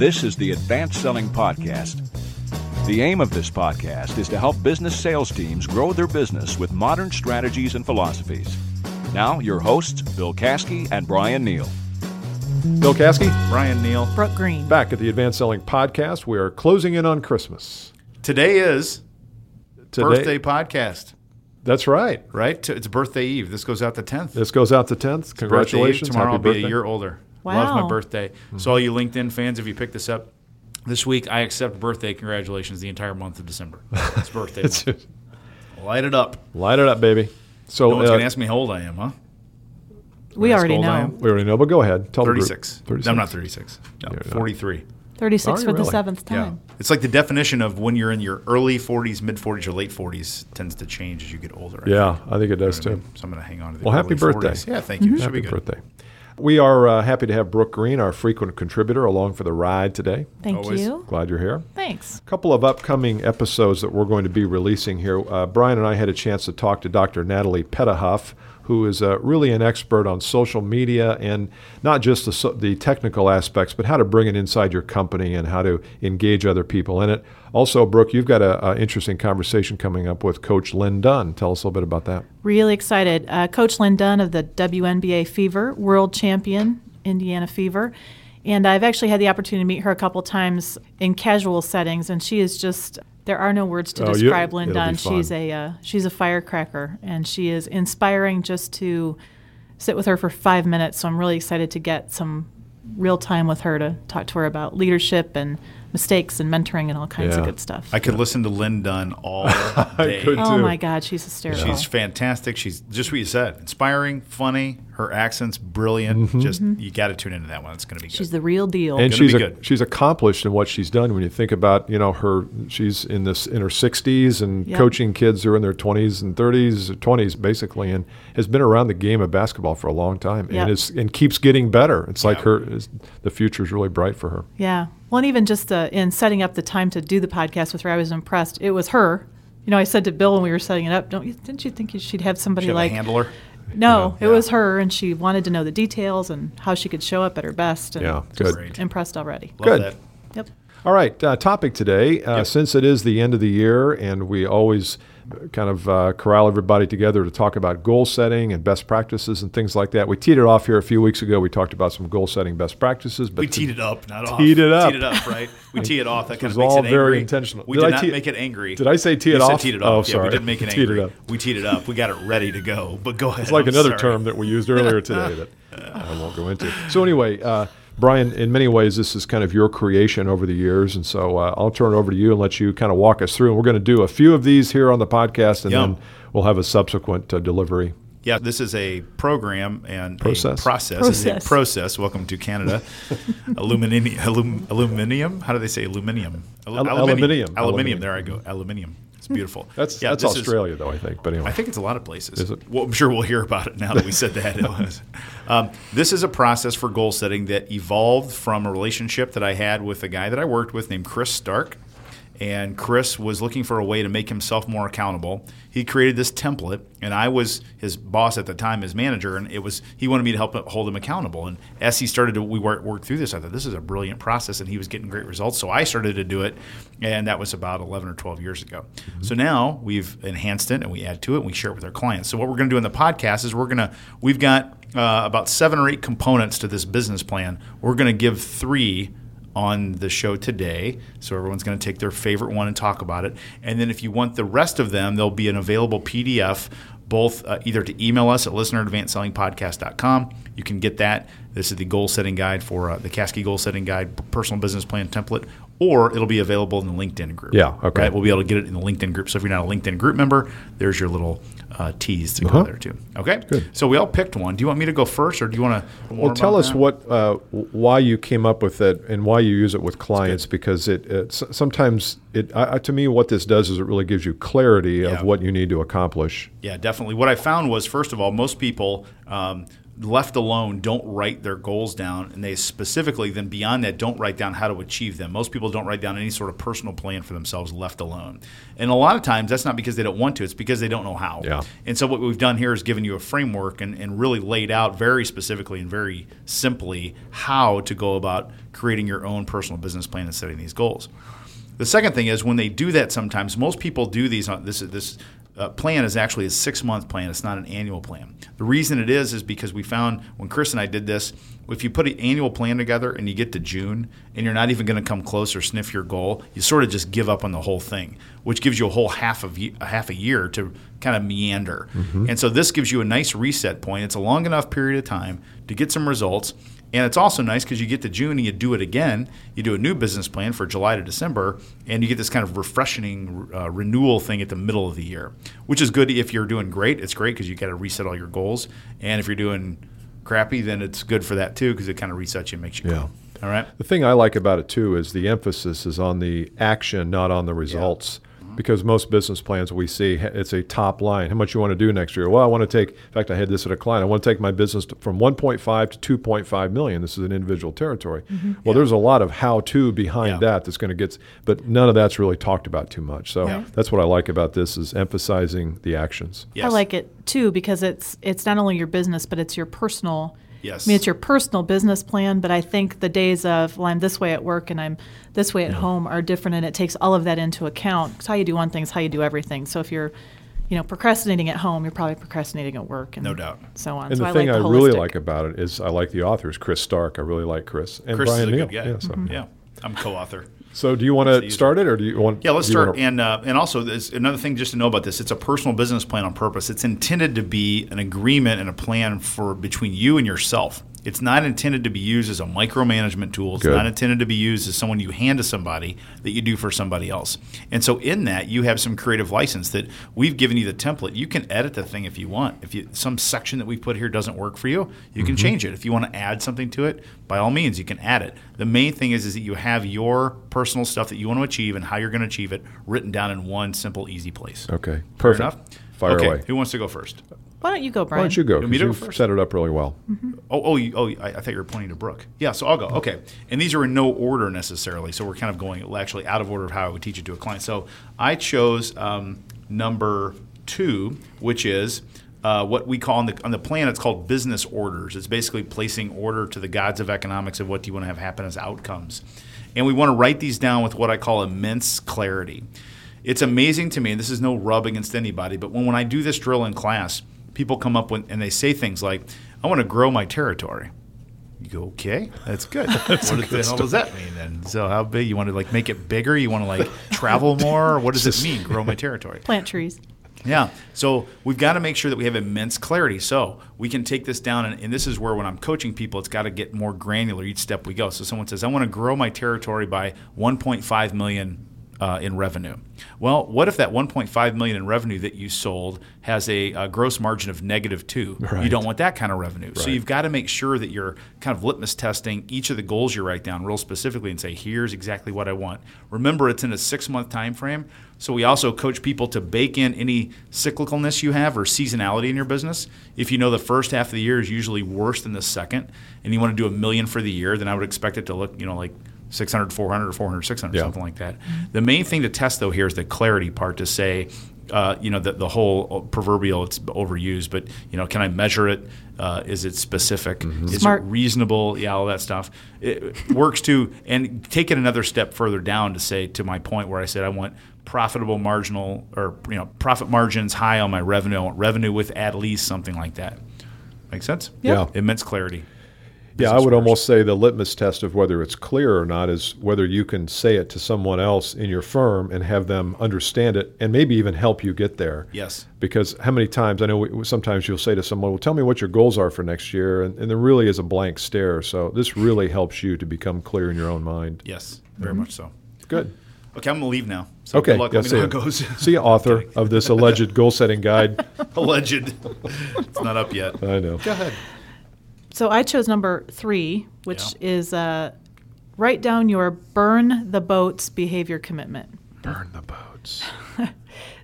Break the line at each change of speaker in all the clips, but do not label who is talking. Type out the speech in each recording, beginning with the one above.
This is the Advanced Selling Podcast. The aim of this podcast is to help business sales teams grow their business with modern strategies and philosophies. Now, your hosts, Bill Kasky and Brian Neal.
Bill Kasky
Brian Neal.
Brooke Green.
back at the Advanced Selling Podcast. We are closing in on Christmas
Today is
today.
birthday podcast,
That's right.
right? T- It's birthday eve. This goes out the 10th.
This goes out to tenth.
Birthday
Congratulations!
eve. Tomorrow
Happy
I'll be
birthday.
a year older.
Wow.
Love my birthday. So all you LinkedIn fans, if you pick this up this week, I accept birthday congratulations the entire month of December. It's birthday.
It's,
month. Light it up.
light it up, baby. So
No one's
uh,
gonna ask me how old I am, huh?
We
That's
already
gold
know.
iron.
we already know, but go ahead. Tell the group.
36. I'm not 36. No,
You're not.
43.
36
Are
for
you
the
Oh, really?
seventh
Yeah.
time.
It's like the definition of when you're in your early 40s, mid 40s, or late 40s tends to change as you get older. I
Yeah, I think it does
think.
too.
So I'm going to hang on to the
Well, happy
early
birthday. Mm-hmm.
40s. Yeah, thank you. Should
Happy
be good.
birthday. We are uh, happy to have Brooke Green, our frequent contributor, along for the ride today.
Thank
Always.
you.
Glad you're here.
Thanks.
couple of upcoming episodes that we're going to be releasing here. Uh, Brian and I had a chance to talk to Dr. Natalie Pettihuff, who is uh, really an expert on social media and not just the, so- the technical aspects, but how to bring it inside your company and how to engage other people in it. Also, Brooke, you've got an interesting conversation coming up with Coach Lynn Dunn. Tell us a little bit about that.
Really excited. Uh, Coach Lynn Dunn of the WNBA Fever, world champion, Indiana Fever. And I've actually had the opportunity to meet her a couple times in casual settings, and she is just. There are no words to
Oh, you-
describe Lynn
it'll be
Dunn.
fun.
She's a uh, she's a firecracker, and she is inspiring just to sit with her for five minutes. So I'm really excited to get some real time with her to talk to her about leadership and mistakes and mentoring and all kinds of
Yeah.
good stuff.
I could listen to Lynn Dunn all day.
could.
Oh
too.
my God, she's hysterical.
She's fantastic. She's just what you said. Inspiring, funny. Her accent's brilliant.
Mm-hmm.
Just you got to tune into that one. It's going to be good.
Mm-hmm. She's the real deal.
and
Gonna
she's
be
a,
good.
she's accomplished in what she's done. When you think about you know her, she's in this in her 60s and
Yeah.
coaching kids who are in their 20s and 30s, or 20s basically, and has been around the game of basketball for a long time,
Yeah.
and is and keeps getting better. It's like
Yeah.
her is, the future is really bright for her.
yeah. Well, and even just uh, in setting up the time to do the podcast with her, I was impressed. It was her. You know, I said to Bill when we were setting it up, "Don't you? Didn't you think you, she'd have somebody
She have
like?"
a handler.
No,
Yeah.
it was her, and she wanted to know the details and how she could show up at her best. And
Yeah,
just
good.
Impressed already.
Love
Good.
that.
Yep.
All right, uh, topic today. Uh,
Yep.
Since it is the end of the year, and we always kind of uh, corral everybody together to talk about goal setting and best practices and things like that. We teed it off here a few weeks ago. We talked about some goal setting best practices, but
We teed it up, not off.
Teed it up.
Teed it up, right? We tee it off. That kind
was
of makes
all
it angry.
very intentional.
We
Did
did,
I
not
tee-
make it angry.
did I say tee it
You said
off?
teed it
Oh,
off. Yeah,
sorry.
we didn't make it
Teed it
angry.
up.
We teed it up. We got it ready to go. But go ahead.
It's like
I'm
another
sorry.
term that we used earlier today that I won't go into. So anyway, uh, Brian, in many ways, this is kind of your creation over the years, and so uh, I'll turn it over to you and let you kind of walk us through. And we're going to do a few of these here on the podcast, and
Yum.
then we'll have a subsequent uh, delivery.
Yeah, this is a program and a
Process.
process. It's
Process.
a process. Welcome to Canada. aluminium, alum, aluminium. How do they say aluminium? Al-
Al- aluminium.
aluminium. Aluminium.
Aluminium.
There I go. Aluminium. It's beautiful.
That's
Yeah,
that's
this is-
Australia, though I think. But anyway,
I think it's a lot of places.
Is it?
Well, I'm sure we'll hear about it now that we said that. It was. Um, this is a process for goal setting that evolved from a relationship that I had with a guy that I worked with named Chris Stark. And Chris was looking for a way to make himself more accountable. He created this template, and I was his boss at the time, his manager, and it was he wanted me to help hold him accountable. And as he started to we work, work through this, I thought this is a brilliant process, and he was getting great results. So I started to do it, and that was about 11 or 12 years ago. So now we've enhanced it and we add to it and we share it with our clients. So what we're going to do in the podcast is we're going to we've got uh, about seven or eight components to this business plan. We're going to give three on the show today. So everyone's going to take their favorite one and talk about it. And then if you want the rest of them, there'll be an available PDF both uh, either to email us at listeneradvancedsellingpodcast.com. You can get that. This is the goal setting guide for uh, the Caskey goal setting guide p- personal business plan template or it'll be available in the LinkedIn group.
Yeah, okay.
Right? We'll be able to get it in the LinkedIn group. So if you're not a LinkedIn group member, there's your little uh, tease to
Uh-huh.
go there too. Okay? Good. So we all picked one. Do you want me to go first or do you want to
Well, tell us what uh, w- why you came up with it and why you use it with clients because it, it s- sometimes it I, I- to me what this does is it really gives you clarity
Yeah.
of what you need to accomplish.
Yeah, definitely. What I found was, first of all, most people um, left alone don't write their goals down and they specifically then beyond that don't write down how to achieve them most people don't write down any sort of personal plan for themselves left alone and a lot of times that's not because they don't want to it's because they don't know how
Yeah.
and so what we've done here is given you a framework and, and really laid out very specifically and very simply how to go about creating your own personal business plan and setting these goals the second thing is when they do that, sometimes most people do these. On, this this uh, plan is actually a six month plan. It's not an annual plan. The reason it is is because we found when Chris and I did this, if you put an annual plan together and you get to June and you're not even going to come close or sniff your goal, you sort of just give up on the whole thing, which gives you a whole half of ye- a half a year to kind of meander. And so this gives you a nice reset point. It's a long enough period of time to get some results. And it's also nice because you get to June and you do it again. You do a new business plan for July to December, and you get this kind of refreshing uh, renewal thing at the middle of the year, which is good if you're doing great. It's great because you got to reset all your goals. And if you're doing crappy, then it's good for that too because it kind of resets you and makes you
Yeah.
cool. All right.
The thing I like about it too is the emphasis is on the action, not on the results.
Mm-hmm.
Because most business plans we see, ha- it's a top line. How much you want to do next year? Well, I want to take. In fact, I had this at a client. I want to take my business to, from 1.5 to 2.5 million. This is an individual territory. Well, there's a lot of how-to behind
Mm-hmm. Yeah.
that that's going to get, s- but none of that's really talked about too much. So
Yeah.
that's what I like about this is emphasizing the actions.
Yes.
I like it too because it's it's not only your business but it's your personal.
Yes.
I mean it's your personal business plan, but I think the days of well I'm this way at work and I'm this way at home are different, and it takes all of that into account. 'Cause how you do one thing is how you do everything. So if you're, you know, procrastinating at home, you're probably procrastinating at work, and
No doubt.
so on.
And
so
the thing I,
like the
really
holistic.
like about it is I like the authors, Chris Stark. I really like Chris and
Chris
Brian
is a
Neal.
good guy. Mm-hmm.
Yeah, so-
Mm-hmm.
yeah. I'm co author.
So, do you want to start it, or do you want?
Yeah, let's
do you
start.
wanna-
And uh, and also, there's another thing just to know about this: it's a personal business plan on purpose. It's intended to be an agreement and a plan for between you and yourself. It's not intended to be used as a micromanagement tool. It's
Good.
not intended to be used as someone you hand to somebody that you do for somebody else. And so, in that, you have some creative license that we've given you the template. You can edit the thing if you want. If you, some section that we put here doesn't work for you, you
Mm-hmm.
can change it. If you want to add something to it, by all means, you can add it. The main thing is, is that you have your personal stuff that you want to achieve and how you're going to achieve it written down in one simple, easy place.
okay,
Fair
perfect.
enough?
Fire
okay,
away.
Who wants to go first?
Why don't you go, Brian?
Why don't you go?
You want me
'cause
to go
You've
first?
set it up really well.
Oh, oh, you, oh! I, I thought you were pointing to Brooke. Yeah, so I'll go. Okay, and these are in no order necessarily, so we're kind of going actually out of order of how I would teach it to a client. So I chose um, number two, which is uh, what we call on the on the plan. It's called business orders. It's basically placing order to the gods of economics of what do you want to have happen as outcomes, and we want to write these down with what I call immense clarity. It's amazing to me, and this is no rub against anybody, but when, when I do this drill in class, people come up with, and they say things like, I want to grow my territory. You go, okay, that's good. what the hell does that mean then? So, how big? You want to like make it bigger? You want to like travel more? What does it mean, grow my territory?
Plant trees.
Yeah. So we've got to make sure that we have immense clarity. So we can take this down, and, and this is where when I'm coaching people, it's got to get more granular each step we go. So someone says, I want to grow my territory by 1.5 million. Uh, in revenue. Well, what if that 1.5 million in revenue that you sold has a, uh gross margin of negative two? You don't want that kind of revenue. So you've got to make sure that you're kind of litmus testing each of the goals you write down real specifically and say, here's exactly what I want. Remember, it's in a six month time frame. So we also coach people to bake in any cyclicalness you have or seasonality in your business. If you know the first half of the year is usually worse than the second, and you want to do a million for the year, then I would expect it to look, you know, like 600, 400, or 400, 600,
Yeah.
something like that. The main thing to test though here is the clarity part to say, uh, you know, the, the whole proverbial it's overused, but you know, can I measure it? Uh, is it specific? Is
Smart.
it reasonable? Yeah, all that stuff. It works too. And take it another step further down to say to my point where I said I want profitable marginal or you know profit margins high on my revenue. I want revenue with at least something like that. Make sense?
Yeah.
Immense clarity.
Yeah, I
Business
would
orders.
almost say the litmus test of whether it's clear or not is whether you can say it to someone else in your firm and have them understand it, and maybe even help you get there.
Yes.
Because how many times I know we, sometimes you'll say to someone, "Well, tell me what your goals are for next year," and, and there really is a blank stare. So this really helps you to become clear in your own mind.
Yes. Very much so.
Good.
Okay, I'm gonna leave now. So
Mm-hmm. okay.
Good luck.
yeah,
Let me
see
know how
ya.
it goes.
see ya, author of this alleged goal setting guide.
Alleged. it's not up yet.
I know.
So I chose number three, which
Yeah.
is uh, write down your burn the boats behavior commitment.
Burn the boats.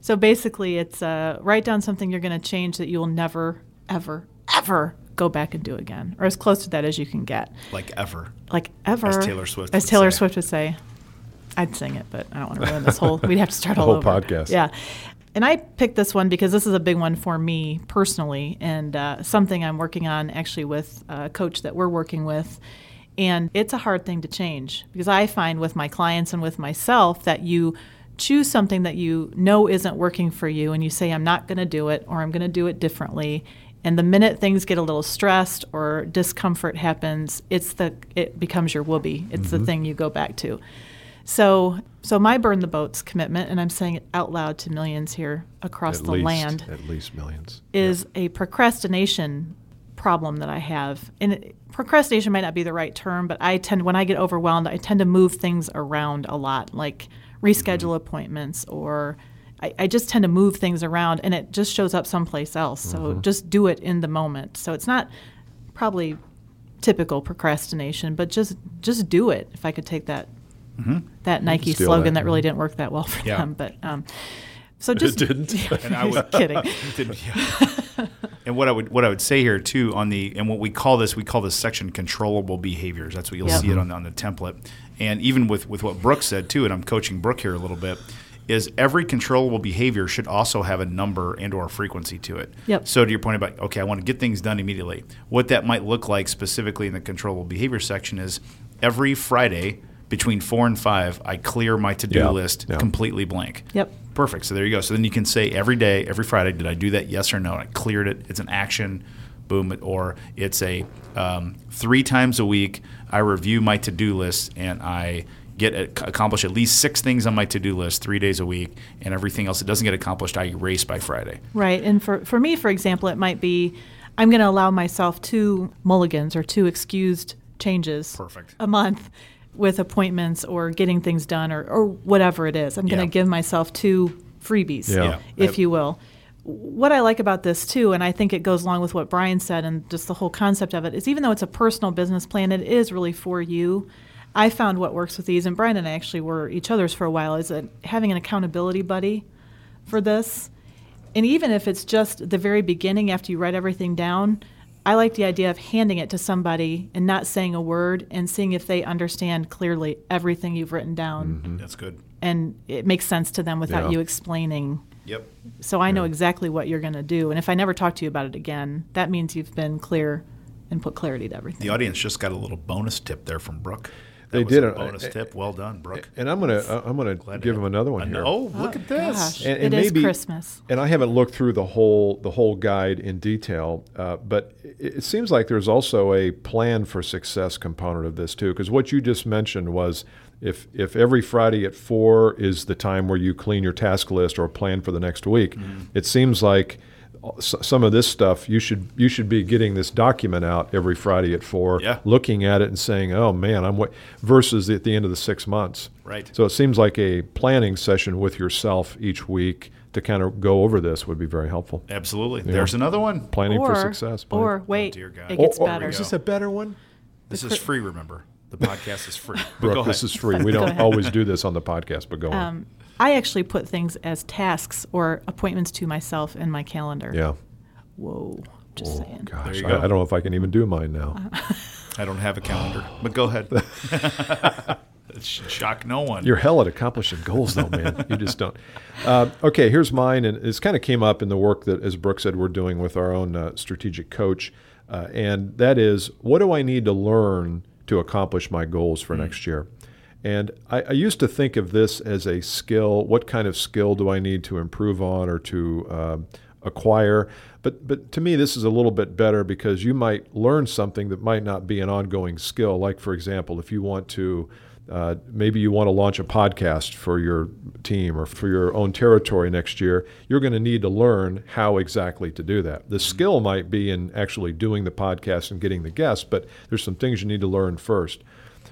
So basically, it's uh, write down something you're going to change that you will never, ever, ever go back and do again, or as close to that as you can get.
like ever.
Like ever.
As Taylor Swift
As
would
Taylor
say.
Swift would say. I'd sing it, but I don't want to ruin this whole. We'd have to start all
whole
over.
podcast.
Yeah. And I picked this one because this is a big one for me personally, and uh, something I'm working on actually with a coach that we're working with. And it's a hard thing to change because I find with my clients and with myself that you choose something that you know isn't working for you and you say, I'm not going to do it or I'm going to do it differently. And the minute things get a little stressed or discomfort happens, it's the it becomes your whoopee. It's
Mm-hmm.
the thing you go back to. So, so my burn the boats commitment, and I'm saying it out loud to millions here across
at
the
least,
land,
At least millions.
is a procrastination problem that I have. And it, procrastination might not be the right term, but I tend when I get overwhelmed, I tend to move things around a lot, like reschedule
Mm-hmm.
appointments or. I, I just tend to move things around and it just shows up someplace else. So
Mm-hmm.
just do it in the moment. So it's not probably typical procrastination, but just just do it. If I could take that
Mm-hmm.
that Nike
steal
slogan
that.
that really didn't work that well for
Yeah.
them, but um, so just
didn't.
And I would
just kidding.
Didn't- yeah. and what I would what I would say here too on the and what we call this we call this section controllable behaviors. That's what you'll
Yep.
see it on, on the template. And even with with what Brooke said too, and I'm coaching Brooke here a little bit, is every controllable behavior should also have a number and or frequency to it.
Yep.
So to your point about okay, I want to get things done immediately. What that might look like specifically in the controllable behavior section is every Friday between four and five, I clear my to do
Yeah.
list
Yeah.
completely blank.
Yep.
Perfect. So there you go. So then you can say every day, every Friday, did I do that? Yes or no? And I cleared it. It's an action, boom. Or it's a um, three times a week, I review my to do list and I get accomplish at least six things on my to do list three days a week. And everything else that doesn't get accomplished, I erase by Friday.
Right. And for, for me, for example, it might be I'm going to allow myself two mulligans or two excused changes
Perfect.
a month with appointments or getting things done or, or whatever it is. I'm going to
Yeah.
give myself two freebies,
Yeah.
Yeah.
if you will. What I like about this too, and I think it goes along with what Brian said and just the whole concept of it, is even though it's a personal business plan, it is really for you. I found what works with these, and Brian and I actually were each other's for a while, is that having an accountability buddy for this. And even if it's just the very beginning after you write everything down, I like the idea of handing it to somebody and not saying a word and seeing if they understand clearly everything you've written down
That's good.
and it makes sense to them without
Mm-hmm. Yeah.
you explaining.
Yep.
So I know exactly what you're going to do. And if I never talk to you about it again, that means you've been clear and put clarity to everything.
The audience just got a little bonus tip there from Brooke. That
They
was
did
a
it.
bonus tip. Well done, Brooke.
And I'm gonna uh, I'm gonna give him another one here.
Oh, look at this.
Gosh,
And-
it
and
is
maybe-
Christmas.
And I haven't looked through the whole the whole guide in detail, uh, but it, it seems like there's also a plan for success component of this too. Because what you just mentioned was if if every Friday at four is the time where you clean your task list or plan for the next week,
Mm-hmm.
it seems like uh, s- some of this stuff you should you should be getting this document out every Friday at four,
Yeah.
looking at it and saying, "Oh man, I'm what," versus at the end of the six months.
Right.
So it seems like a planning session with yourself each week to kind of go over this would be very helpful.
Absolutely. There's another one.
Planning
or,
for success. planning-
Or wait,
dear God.
it gets
Oh, oh,
better.
Is this a better one?
This is free, remember. The podcast is free. But go
Brooke, this
ahead.
is free. We don't
ahead. Um,
always do this on the podcast, but go on.
I actually put things as tasks or appointments to myself in my calendar.
Yeah. Oh,
Whoa, just saying.
Gosh,
you
I,
go.
I don't know if I can even do mine now.
I don't have a calendar, but go ahead. It should Shock no one.
You're hell at accomplishing goals, though, man. You just don't. Uh, okay, here's mine, and this kind of came up in the work that, as Brooke said, we're doing with our own uh, strategic coach, uh, and that is, what do I need to learn to accomplish my goals for next year? And I, I used to think of this as a skill. What kind of skill do I need to improve on or to um acquire? But but to me, this is a little bit better because you might learn something that might not be an ongoing skill. Like for example, if you want to. Uh, maybe you want to launch a podcast for your team or for your own territory next year. You're going to need to learn how exactly to do that. The skill might be in actually doing the podcast and getting the guests, but there's some things you need to learn first.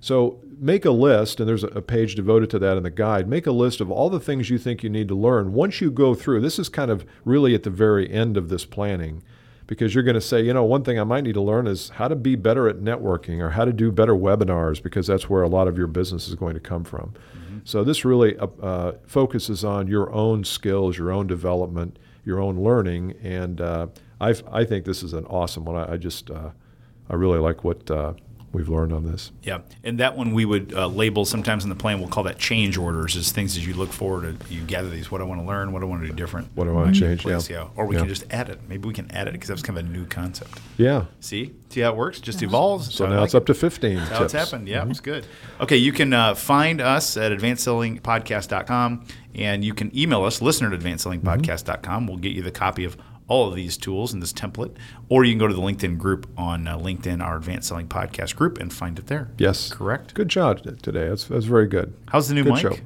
So make a list, and there's a- a page devoted to that in the guide. Make a list of all the things you think you need to learn. Once you go through, this is kind of really at the very end of this planning because you're going to say, you know, one thing I might need to learn is how to be better at networking or how to do better webinars because that's where a lot of your business is going to come from.
Mm-hmm.
So this really uh, uh, focuses on your own skills, your own development, your own learning, and uh, i I think this is an awesome one. I, I just uh, I really like what uh, we've learned on this.
Yeah, and that one we would uh, label sometimes in the plan. We'll call that change orders. Is things as you look forward to, you gather these. What I want to learn. What I want to do different.
What do I want to change?
Place, yeah. Or we
Yeah.
can just add it. Maybe we can add it because that was kind of a new concept.
Yeah.
See, see how it works. Just evolves.
So now it's up to 15
That's
tips.
how
Mm-hmm.
it's happened. Yeah, it's good. Okay, you can uh, find us at advancedsellingpodcast.com and you can email us, listener at
Mm-hmm.
advancedsellingpodcast.com. We'll get you the copy of all of these tools in this template, or you can go to the LinkedIn group on uh, LinkedIn, our Advanced Selling Podcast group, and find it there.
Yes.
Correct.
Good job t- today. That's, that's very good.
How's the new
Good
mic?
show.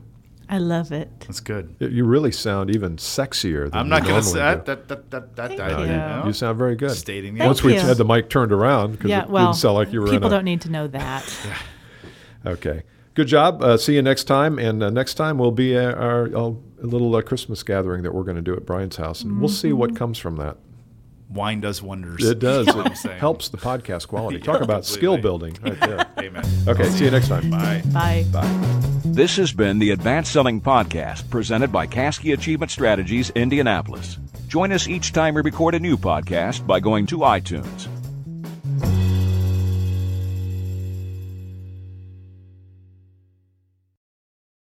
I love it.
That's good.
Y- You really sound even sexier than
I'm not
you
going
normally
to say
do.
that. that, that, that, that,
Thank you.
know?
You sound very good.
Stating the
Once
Thank
we
you.
had the mic turned around, because
Yeah,
it
well,
didn't sound like you were
people
in a,
don't need to know that.
Okay. Good job. Uh, see you next time. And uh, next time will be uh, our, uh, a little uh, Christmas gathering that we're going to do at Brian's house, and we'll see
Mm-hmm.
what comes from that.
Wine does wonders.
It does.
That's what I'm
it
saying.
helps the podcast quality. Talk
Yeah,
about skill
completely.
building right there.
Amen.
Okay. See you next time.
Bye.
Bye.
This has been the Advanced Selling Podcast presented by Caskey Achievement Strategies, Indianapolis. Join us each time we record a new podcast by going to iTunes.